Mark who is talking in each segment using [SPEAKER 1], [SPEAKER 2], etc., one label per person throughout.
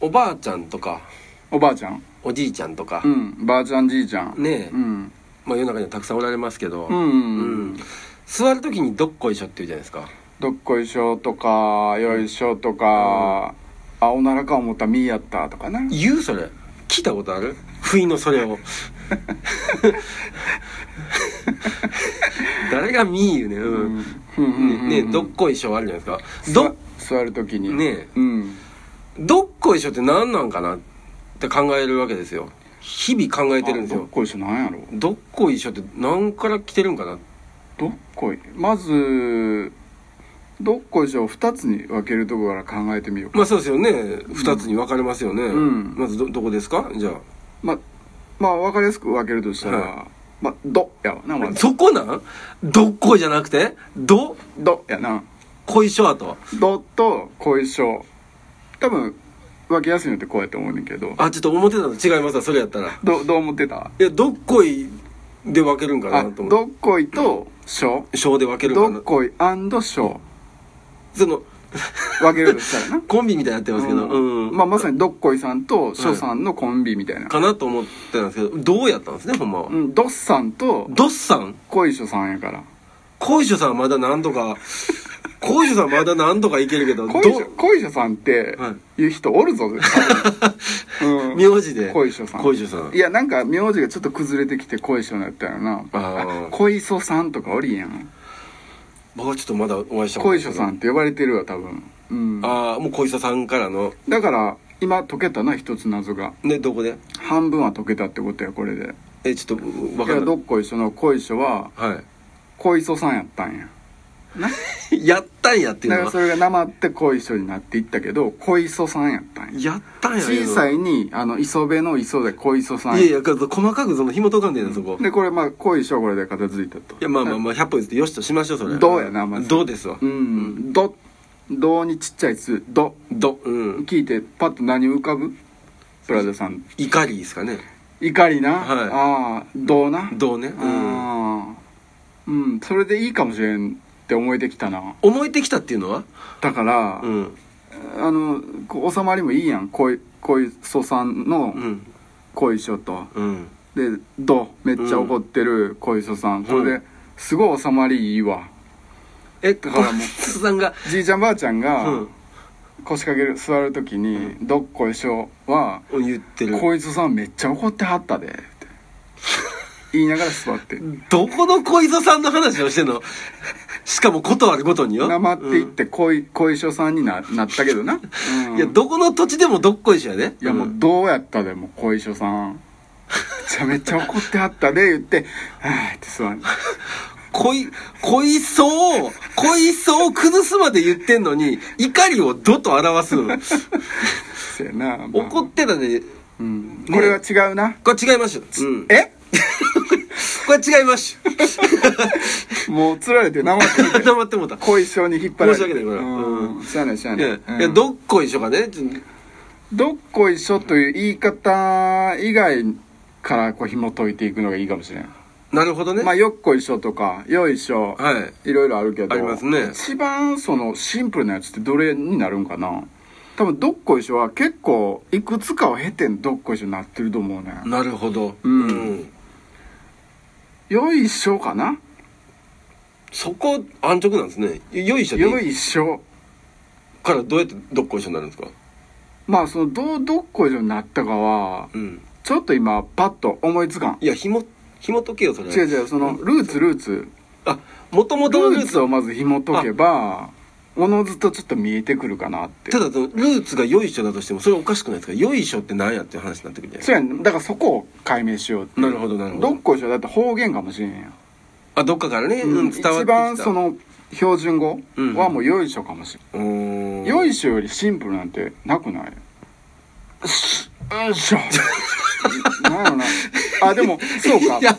[SPEAKER 1] おばあちゃんとか
[SPEAKER 2] おばあちゃん
[SPEAKER 1] おじいちゃんとか
[SPEAKER 2] う、んばあちゃんじいちゃん
[SPEAKER 1] ねえ
[SPEAKER 2] うん
[SPEAKER 1] まあ、世の中にはたくさんおられますけど、
[SPEAKER 2] うんう
[SPEAKER 1] う
[SPEAKER 2] んう
[SPEAKER 1] ん
[SPEAKER 2] ん
[SPEAKER 1] 座る時にどっこいしょって言うじゃないですか
[SPEAKER 2] どっこいしょとかよいしょとか、あおならか思ったみーやったとかね
[SPEAKER 1] 言うそれ聞いたことある不意のそ れを誰が見言うねんうん、ねねどっこいしょあるじゃないですかど
[SPEAKER 2] 座るときに
[SPEAKER 1] ねえ
[SPEAKER 2] うん
[SPEAKER 1] どっこいしょって何なんかなって考えるわけですよ日々考えてるんです
[SPEAKER 2] あどっ
[SPEAKER 1] よ
[SPEAKER 2] こいしょなんやろ
[SPEAKER 1] どっこいしょって何から来てるんかな
[SPEAKER 2] どっこいまずどっこいしょを2つに分けるところから考えてみようか
[SPEAKER 1] まあそうですよね2つに分かれますよね、
[SPEAKER 2] うん
[SPEAKER 1] まずどどこですかじゃ
[SPEAKER 2] ままあ分かりやすく分けるとしたら、
[SPEAKER 1] は
[SPEAKER 2] まあどやわなま
[SPEAKER 1] あ
[SPEAKER 2] ず
[SPEAKER 1] そこなんどっこいじゃなくてど
[SPEAKER 2] どやな
[SPEAKER 1] こいしょあと
[SPEAKER 2] どとこいしょ多分分けやすいのってこうやって思うねんけど
[SPEAKER 1] あちょっと思ってたのと違いますわそれやったら
[SPEAKER 2] どどう思ってた
[SPEAKER 1] いやどっこいで分けるんかな
[SPEAKER 2] あ
[SPEAKER 1] と思っ
[SPEAKER 2] どっこいとしょ
[SPEAKER 1] て小で分けるんか
[SPEAKER 2] ど
[SPEAKER 1] な
[SPEAKER 2] っこいしょ
[SPEAKER 1] その
[SPEAKER 2] 分けるとしたらな
[SPEAKER 1] コンビみたいになってますけど、うん
[SPEAKER 2] まあ、まさにどっこいさんとしょさんのコンビみたいな、
[SPEAKER 1] かなと思ってたんですけどどうやったんですねほんまは、
[SPEAKER 2] うん、どっさんと
[SPEAKER 1] どっさん
[SPEAKER 2] こいしょさんやから
[SPEAKER 1] 小石さんはまだ何と か小石さんはまだ何とかいけるけどど
[SPEAKER 2] 恋者恋者さんって
[SPEAKER 1] は
[SPEAKER 2] いう人おるぞ、うん
[SPEAKER 1] 名字で
[SPEAKER 2] 恋所さん
[SPEAKER 1] 小石さん
[SPEAKER 2] いやなんか名字がちょっと崩れてきて恋所になったよな
[SPEAKER 1] あー
[SPEAKER 2] あ恋所さんとかおりやん
[SPEAKER 1] 僕はちょっとまだお会いしたことな
[SPEAKER 2] 恋
[SPEAKER 1] い
[SPEAKER 2] 所さんって呼ばれてるわ多分、うん、
[SPEAKER 1] ああもう小石さんからの
[SPEAKER 2] だから今解けたな一つ謎が
[SPEAKER 1] ねどこで
[SPEAKER 2] 半分は解けたってことやこれで
[SPEAKER 1] えちょっと分か
[SPEAKER 2] だからら
[SPEAKER 1] ない
[SPEAKER 2] どっこいしょの恋所は
[SPEAKER 1] は
[SPEAKER 2] 恋所さんやったんや
[SPEAKER 1] い やったんやっていうの
[SPEAKER 2] だから
[SPEAKER 1] は
[SPEAKER 2] それがなまって恋所になっていったけど恋所さんやったんや
[SPEAKER 1] やったんや
[SPEAKER 2] 小さ
[SPEAKER 1] い
[SPEAKER 2] いにあの磯辺の磯で恋所さん
[SPEAKER 1] いやいや細かくその紐解かんでんのそこ
[SPEAKER 2] でこれまあ恋しょこれで片付いた
[SPEAKER 1] い
[SPEAKER 2] と
[SPEAKER 1] やまあまあまあ100歩譲ってよしとしましょうそれ
[SPEAKER 2] どうやなまず
[SPEAKER 1] どうですわ
[SPEAKER 2] うん「ど」「ど」にちっちゃい「つ」「ど
[SPEAKER 1] どうん」
[SPEAKER 2] 聞いてパッと何浮かぶプラザさん
[SPEAKER 1] 怒りですかね
[SPEAKER 2] 怒りな、
[SPEAKER 1] はい
[SPEAKER 2] ああ「ど」な
[SPEAKER 1] どうねうん
[SPEAKER 2] ああうんそれでいいかもしれんって思えてきたな
[SPEAKER 1] 思えてきたっていうのは
[SPEAKER 2] だから、
[SPEAKER 1] うん
[SPEAKER 2] あのこう収まりもいいやん恋恋祖さんの
[SPEAKER 1] うん
[SPEAKER 2] 恋しょと、
[SPEAKER 1] うん
[SPEAKER 2] で「ど」めっちゃ怒ってる恋祖さん、これ
[SPEAKER 1] う
[SPEAKER 2] で
[SPEAKER 1] ん
[SPEAKER 2] すごい収まりいいわ
[SPEAKER 1] えだ
[SPEAKER 2] だか
[SPEAKER 1] からら
[SPEAKER 2] もう
[SPEAKER 1] もうさんが
[SPEAKER 2] じいちゃんばあちゃんが、
[SPEAKER 1] うん
[SPEAKER 2] 腰掛ける座る時に「どっこいしょ」は
[SPEAKER 1] 言ってる
[SPEAKER 2] 「こいつさんめっちゃ怒ってはったで」って言いながら座って
[SPEAKER 1] どこの小磯さんの話をしてんの しかもことあるごとによ
[SPEAKER 2] なまっていってこいこいしょさんにななったけどな、うん
[SPEAKER 1] いやどこの土地でもどっこいしやで
[SPEAKER 2] いやもうどうやったでもうこいしょさんめちゃめちゃ怒ってはったで言って「はあ」って座る
[SPEAKER 1] 小い小磯を小磯を崩すまで言ってんのに怒りを「ど」と表す
[SPEAKER 2] せやな、まあ
[SPEAKER 1] 怒ってたね
[SPEAKER 2] うんこれは違うな、
[SPEAKER 1] これ違いますよ、うん、
[SPEAKER 2] え
[SPEAKER 1] これ違いますよ
[SPEAKER 2] もうつられてなまってる
[SPEAKER 1] 黙ってもうた
[SPEAKER 2] こいしょに引っ張られて
[SPEAKER 1] 申し訳ないこれは
[SPEAKER 2] うんしゃあないしゃあ
[SPEAKER 1] い
[SPEAKER 2] ない
[SPEAKER 1] や,、
[SPEAKER 2] うん
[SPEAKER 1] いやどっこいしょかねちょっと
[SPEAKER 2] どっこいしょという言い方以外からこう紐解いていくのがいいかもしれん。
[SPEAKER 1] なるほどね、
[SPEAKER 2] まあ、よっこいしょとか、よいしょ、
[SPEAKER 1] はい
[SPEAKER 2] い、ろいろあるけど。
[SPEAKER 1] ありますね
[SPEAKER 2] 一番そのシンプルなやつってどれになるんかな多分、どっこいしょは結構いくつかを経てどっこいしょになってると思うね。
[SPEAKER 1] なるほど
[SPEAKER 2] うん
[SPEAKER 1] うん
[SPEAKER 2] よいしょかな
[SPEAKER 1] そこ安直なんですねよいしょ
[SPEAKER 2] よ
[SPEAKER 1] で
[SPEAKER 2] いしょ。
[SPEAKER 1] からどうやってどっこいしょになるんですか
[SPEAKER 2] まあ、その、どうどっこいしょになったかは、
[SPEAKER 1] うん
[SPEAKER 2] ちょっと今、パッと思いつかん。
[SPEAKER 1] いやひも紐解けよそれ
[SPEAKER 2] 違う違う、その、ルーツ、ルーツ。
[SPEAKER 1] あもともとの
[SPEAKER 2] ル
[SPEAKER 1] ル
[SPEAKER 2] ー
[SPEAKER 1] ーツ
[SPEAKER 2] ツをまず紐解けばおのずとちょっと見えてくるかなって
[SPEAKER 1] ただそのルーツがよいしょだとしてもそれおかしくないですかよいしょってなんやっていう話になってくるじゃないです
[SPEAKER 2] そうやねんだからそこを解明しようっていう
[SPEAKER 1] なるほどなるほど
[SPEAKER 2] どっこいしょだって方言かもしれんや、
[SPEAKER 1] かあどっかからね、うん、伝わってきた
[SPEAKER 2] 一番その標準語
[SPEAKER 1] うん
[SPEAKER 2] はもうよいしょかもし
[SPEAKER 1] うー
[SPEAKER 2] れ
[SPEAKER 1] ん
[SPEAKER 2] ん、よいしょよりシンプルなんてなくないよいしょなんやろなあでもそうか
[SPEAKER 1] いや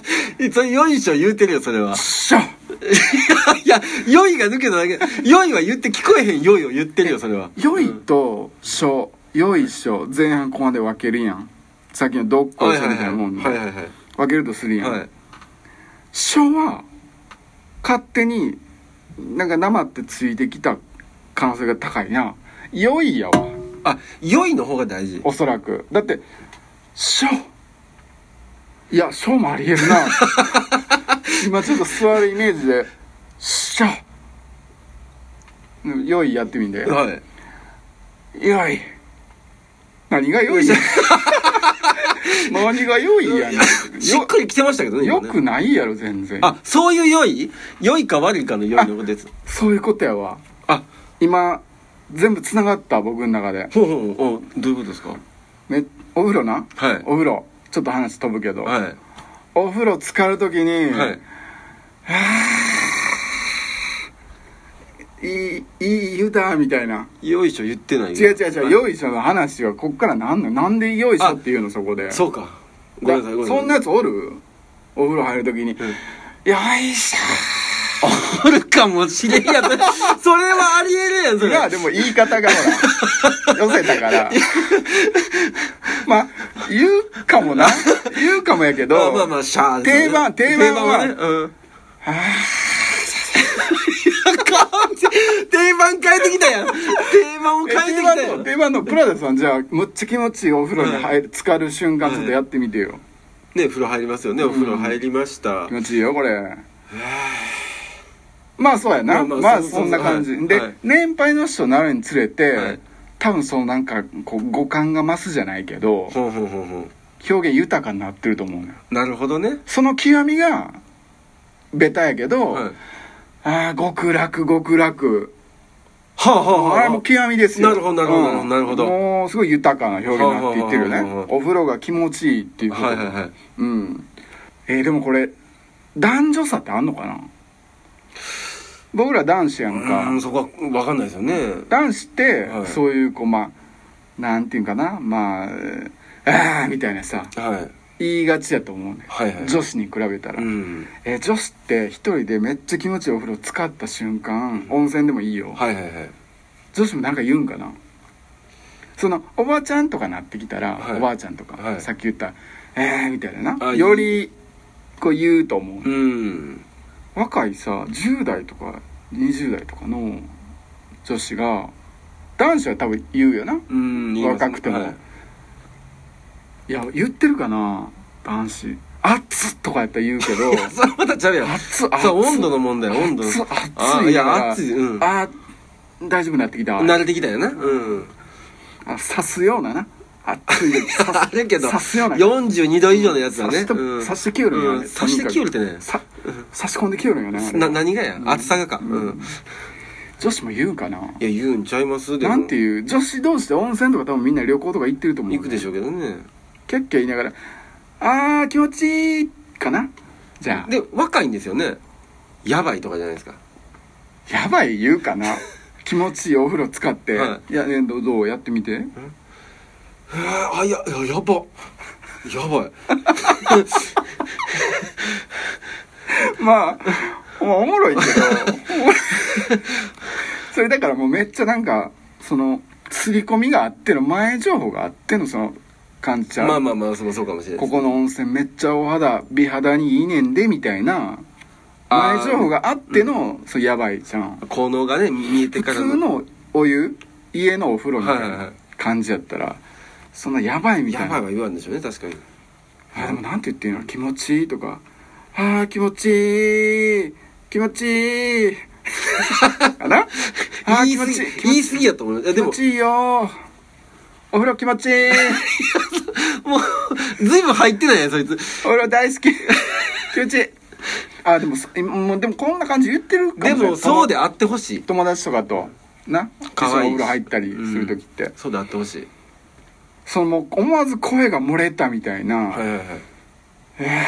[SPEAKER 1] それよいしょ言うてるよそれ は
[SPEAKER 2] しょ
[SPEAKER 1] いやよいが抜けただけよいは言って聞こえへんよいを言ってるよそれは
[SPEAKER 2] よいとしょよいしょ前半後半で分けるやんさっきのどっこいしょみたいなもんで、
[SPEAKER 1] はいはいはい
[SPEAKER 2] 分けるとするやん、
[SPEAKER 1] はい
[SPEAKER 2] 書は勝手になんか生ってついてきた可能性が高いな良いやわ
[SPEAKER 1] あ、良いの方が大事。
[SPEAKER 2] おそらくだって「ショー」いや「ショー」もありえ るな今ちょっと座るイメージで「ショー」うん用意やってみんだよ
[SPEAKER 1] はい。
[SPEAKER 2] よい何がよい 何がよいやねん
[SPEAKER 1] しっくりきてましたけどね。
[SPEAKER 2] よ
[SPEAKER 1] 今ね
[SPEAKER 2] くないやろ全然
[SPEAKER 1] あ、そういう良い良いか悪いかの良いのことです。
[SPEAKER 2] そういうことやわ
[SPEAKER 1] あ、
[SPEAKER 2] 今全部つながった僕の中で
[SPEAKER 1] ほうほうほう、おどういうことですか
[SPEAKER 2] めお風呂な、
[SPEAKER 1] はい
[SPEAKER 2] お風呂ちょっと話飛ぶけど、
[SPEAKER 1] は
[SPEAKER 2] お風呂浸かるときに、
[SPEAKER 1] い。はい。
[SPEAKER 2] いいいい湯だみたいな
[SPEAKER 1] よいしょ言ってない。
[SPEAKER 2] 違う違う違う、よいしょの話はこっからなんのなんでよいしょっていうのそこで
[SPEAKER 1] そうか。ごめ
[SPEAKER 2] だ
[SPEAKER 1] んなさい、ごめん
[SPEAKER 2] そんな
[SPEAKER 1] なさい。
[SPEAKER 2] やつおるお風呂入るときに、よいし
[SPEAKER 1] おるかもしれんやん。それはありえるやん、そ
[SPEAKER 2] ょい
[SPEAKER 1] れ。
[SPEAKER 2] やでも言い方がほ ら寄せたからまあ言うかもな言うかもやけど
[SPEAKER 1] まあまあまあ、シャーですよね
[SPEAKER 2] 定番定番は
[SPEAKER 1] 定ね。うん。定番変えてきたやん。定番を変えて
[SPEAKER 2] 定
[SPEAKER 1] きた
[SPEAKER 2] 番
[SPEAKER 1] や
[SPEAKER 2] の
[SPEAKER 1] ん。
[SPEAKER 2] 定番のプラダさんじゃあむっちゃ気持ちいいお風呂に入る、浸かる瞬間ちょっとやってみてよ、
[SPEAKER 1] ね、風呂入りますよね。お風呂入りました
[SPEAKER 2] 気。持ちいいよこれまあそうやな
[SPEAKER 1] ま
[SPEAKER 2] ま
[SPEAKER 1] あま
[SPEAKER 2] あ、
[SPEAKER 1] あそう
[SPEAKER 2] そんな感じ、
[SPEAKER 1] そうそう
[SPEAKER 2] で、
[SPEAKER 1] はい
[SPEAKER 2] 年配の人になるにつれて、
[SPEAKER 1] はい
[SPEAKER 2] 多分そのなんかこう五感が増すじゃないけど
[SPEAKER 1] ほうほうほうほう。
[SPEAKER 2] 表現豊かになってると思うのよ
[SPEAKER 1] なるほどね。
[SPEAKER 2] その極みがベタやけど、
[SPEAKER 1] はい。
[SPEAKER 2] ああ極楽極楽
[SPEAKER 1] はあはあは
[SPEAKER 2] あれもう極みですよ
[SPEAKER 1] なるほどなるほど
[SPEAKER 2] うん
[SPEAKER 1] なるほど
[SPEAKER 2] もうすごい豊かな表現になっていってるよ
[SPEAKER 1] はあはあはあは
[SPEAKER 2] ね
[SPEAKER 1] あ
[SPEAKER 2] お風呂が気持ちいいっていうこと
[SPEAKER 1] はいはいはい。
[SPEAKER 2] うんえーでもこれ男女差ってあんのかな僕ら男子やんか、
[SPEAKER 1] うん、そこはわかんないですよね。
[SPEAKER 2] 男子って
[SPEAKER 1] はい
[SPEAKER 2] そういうこうまあなんていうんかなまあ「ああ」みたいなさ
[SPEAKER 1] はい。
[SPEAKER 2] 言いがちやと思うね、
[SPEAKER 1] はいはい。
[SPEAKER 2] 女子に比べた
[SPEAKER 1] う
[SPEAKER 2] ら、
[SPEAKER 1] ん。
[SPEAKER 2] えー女子って一人でめっちゃ気持ちいいお風呂使った瞬間温泉でもいいよ、
[SPEAKER 1] はいはいはい。
[SPEAKER 2] 女子もなんか言うんかなそのおばあちゃんとかなってきたら、
[SPEAKER 1] はい
[SPEAKER 2] おばあちゃんとか、
[SPEAKER 1] はい
[SPEAKER 2] さっき言った「えー」みたいな
[SPEAKER 1] あ
[SPEAKER 2] なよりこう言うと思う、
[SPEAKER 1] うん。
[SPEAKER 2] 若いさ10代とか20代とかの女子が男子は多分言うよな
[SPEAKER 1] うん。言いますね
[SPEAKER 2] 若くても
[SPEAKER 1] はい
[SPEAKER 2] いや言ってるかな男子「熱っ!」とかやったら言うけど「
[SPEAKER 1] それまたちゃうやん。
[SPEAKER 2] 熱っ熱っ
[SPEAKER 1] そう、温度の問題、温度の。
[SPEAKER 2] 熱っ
[SPEAKER 1] あ
[SPEAKER 2] 熱い
[SPEAKER 1] いや、熱い。うん。
[SPEAKER 2] あー大丈夫になってきた
[SPEAKER 1] 慣れてきたよな。うん。
[SPEAKER 2] あ刺すようなな熱い刺す
[SPEAKER 1] あるけど、
[SPEAKER 2] 刺すような
[SPEAKER 1] 42度以上のやつだね。
[SPEAKER 2] 刺して
[SPEAKER 1] うん
[SPEAKER 2] 刺してきよるんよね
[SPEAKER 1] うん刺してきよるってね。
[SPEAKER 2] さ差し込んできよるんよねあれ
[SPEAKER 1] な、何がや暑さがか。うん。
[SPEAKER 2] 女子も言うんかない
[SPEAKER 1] や、言うんちゃいますでも
[SPEAKER 2] なんていう女子同士で温泉とか多分みんな旅行とか行ってると思う
[SPEAKER 1] 行くでしょうけどね。
[SPEAKER 2] キャッキャ言いながら「あー気持ちいい」かなじゃ
[SPEAKER 1] で、若いんですよね。やばいとかじゃないですか。
[SPEAKER 2] あやばい言う かな気持ちいいお風呂使って、、
[SPEAKER 1] はい
[SPEAKER 2] やねどうどうやってみて
[SPEAKER 1] えー、あ、いや、いや、やば。やばい。
[SPEAKER 2] まあまあおもろい けどおもろいそれだからもうめっちゃなんかその刷り込みがあっての前情報があってのその感じちゃ う
[SPEAKER 1] まあまあまあ、そうそうかもしれない
[SPEAKER 2] ここの温泉めっちゃお肌美肌にいいねんでみたいな
[SPEAKER 1] あー
[SPEAKER 2] 前情報があっての、そうやばいじゃん
[SPEAKER 1] 効能がね、見えて
[SPEAKER 2] 普
[SPEAKER 1] から
[SPEAKER 2] 通のお湯家のお風呂みたい
[SPEAKER 1] はいはいは
[SPEAKER 2] ない感じやったらそんなやばいみた
[SPEAKER 1] や
[SPEAKER 2] い
[SPEAKER 1] ばい
[SPEAKER 2] な
[SPEAKER 1] は言わんでしょうね、確かに。
[SPEAKER 2] あでもなんて言っていいの気持ちいいとかあー気持ちいい気持ち いいあなあー
[SPEAKER 1] 言い
[SPEAKER 2] 気
[SPEAKER 1] 過
[SPEAKER 2] 持
[SPEAKER 1] ぎ
[SPEAKER 2] ちいい、気
[SPEAKER 1] 言
[SPEAKER 2] 持
[SPEAKER 1] い過ぎやと思う。いや、でも
[SPEAKER 2] ち、いいよお風呂気持ちいい
[SPEAKER 1] もう、ずいぶん入ってないやん、そいつ。
[SPEAKER 2] お風呂大好き気持ちいいあでもそ今もうでもこんな感じ言ってるか
[SPEAKER 1] で
[SPEAKER 2] もしれない
[SPEAKER 1] も、そうであってほしい。
[SPEAKER 2] 友達とかとな
[SPEAKER 1] 可愛い
[SPEAKER 2] 一緒にお風呂入ったりする時って、
[SPEAKER 1] そうであってほしい。
[SPEAKER 2] そのもう思わず声が漏れたみたいな、
[SPEAKER 1] はいはいはい。え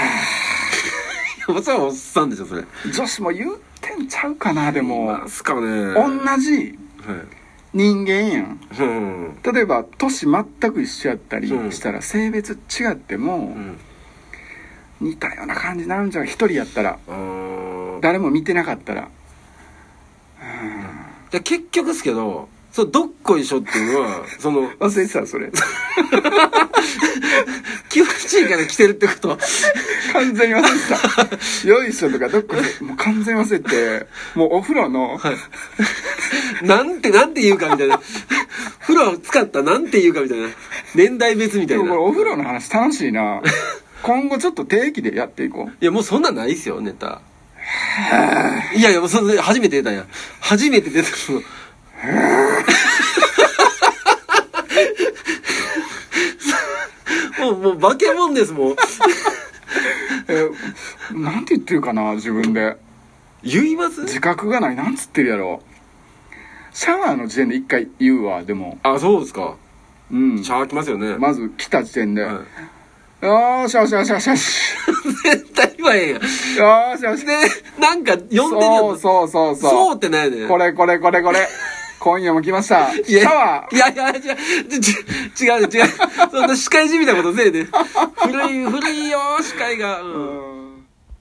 [SPEAKER 1] え。それはおっさんでしょ、それ。
[SPEAKER 2] 女子も言ってんちゃうかなでも、
[SPEAKER 1] すかね。は
[SPEAKER 2] 同じ人間やん
[SPEAKER 1] い。うん。
[SPEAKER 2] 例えば年全く一緒やったりしたら性別違っても
[SPEAKER 1] うん。
[SPEAKER 2] 似たような感じになるんじゃう一人やったら
[SPEAKER 1] あー
[SPEAKER 2] 誰も見てなかったら
[SPEAKER 1] で結局ですけどそのどっこいしょっていうの は、その、
[SPEAKER 2] 忘れてたそれ
[SPEAKER 1] 気持ちいいから来てるってことは、
[SPEAKER 2] 完全に忘れてたよいしょとかどっこいしょもう完全に忘れてもうお風呂の、
[SPEAKER 1] なんて、なんて言うかみたいな。 風呂使ったなんて言うかみたいな。年代別みた
[SPEAKER 2] で
[SPEAKER 1] い
[SPEAKER 2] も
[SPEAKER 1] な
[SPEAKER 2] これ。お風呂の話楽しいな今後ちょっと定期でやっていこう
[SPEAKER 1] いや、もうそんなんないっすよ、ネタ。いやいや、もうそれ初めて出たんや。初めて出たの。 もう、もう、化け物です、もう。
[SPEAKER 2] えなんて言ってるかな自分で
[SPEAKER 1] 言います
[SPEAKER 2] 自覚がないなんつってるやろシャワーの時点で一回言うわでも
[SPEAKER 1] あ、そうですか。
[SPEAKER 2] うん
[SPEAKER 1] シャーきますよね。
[SPEAKER 2] まず来た時点で、
[SPEAKER 1] は
[SPEAKER 2] よーしよしよしよしよし
[SPEAKER 1] い絶対言わへんやん。で、
[SPEAKER 2] よーしよし
[SPEAKER 1] なんか呼んでるや
[SPEAKER 2] そう
[SPEAKER 1] つ。
[SPEAKER 2] そうそうそう
[SPEAKER 1] そうってないねん。
[SPEAKER 2] これこれこれこれ今夜も来ました
[SPEAKER 1] い
[SPEAKER 2] シ
[SPEAKER 1] や
[SPEAKER 2] ャワー
[SPEAKER 1] いやいや、違う、ち 違う、違う。そんな司会じみたいなことせえで。古い、古いよ、司会が。うん
[SPEAKER 2] うん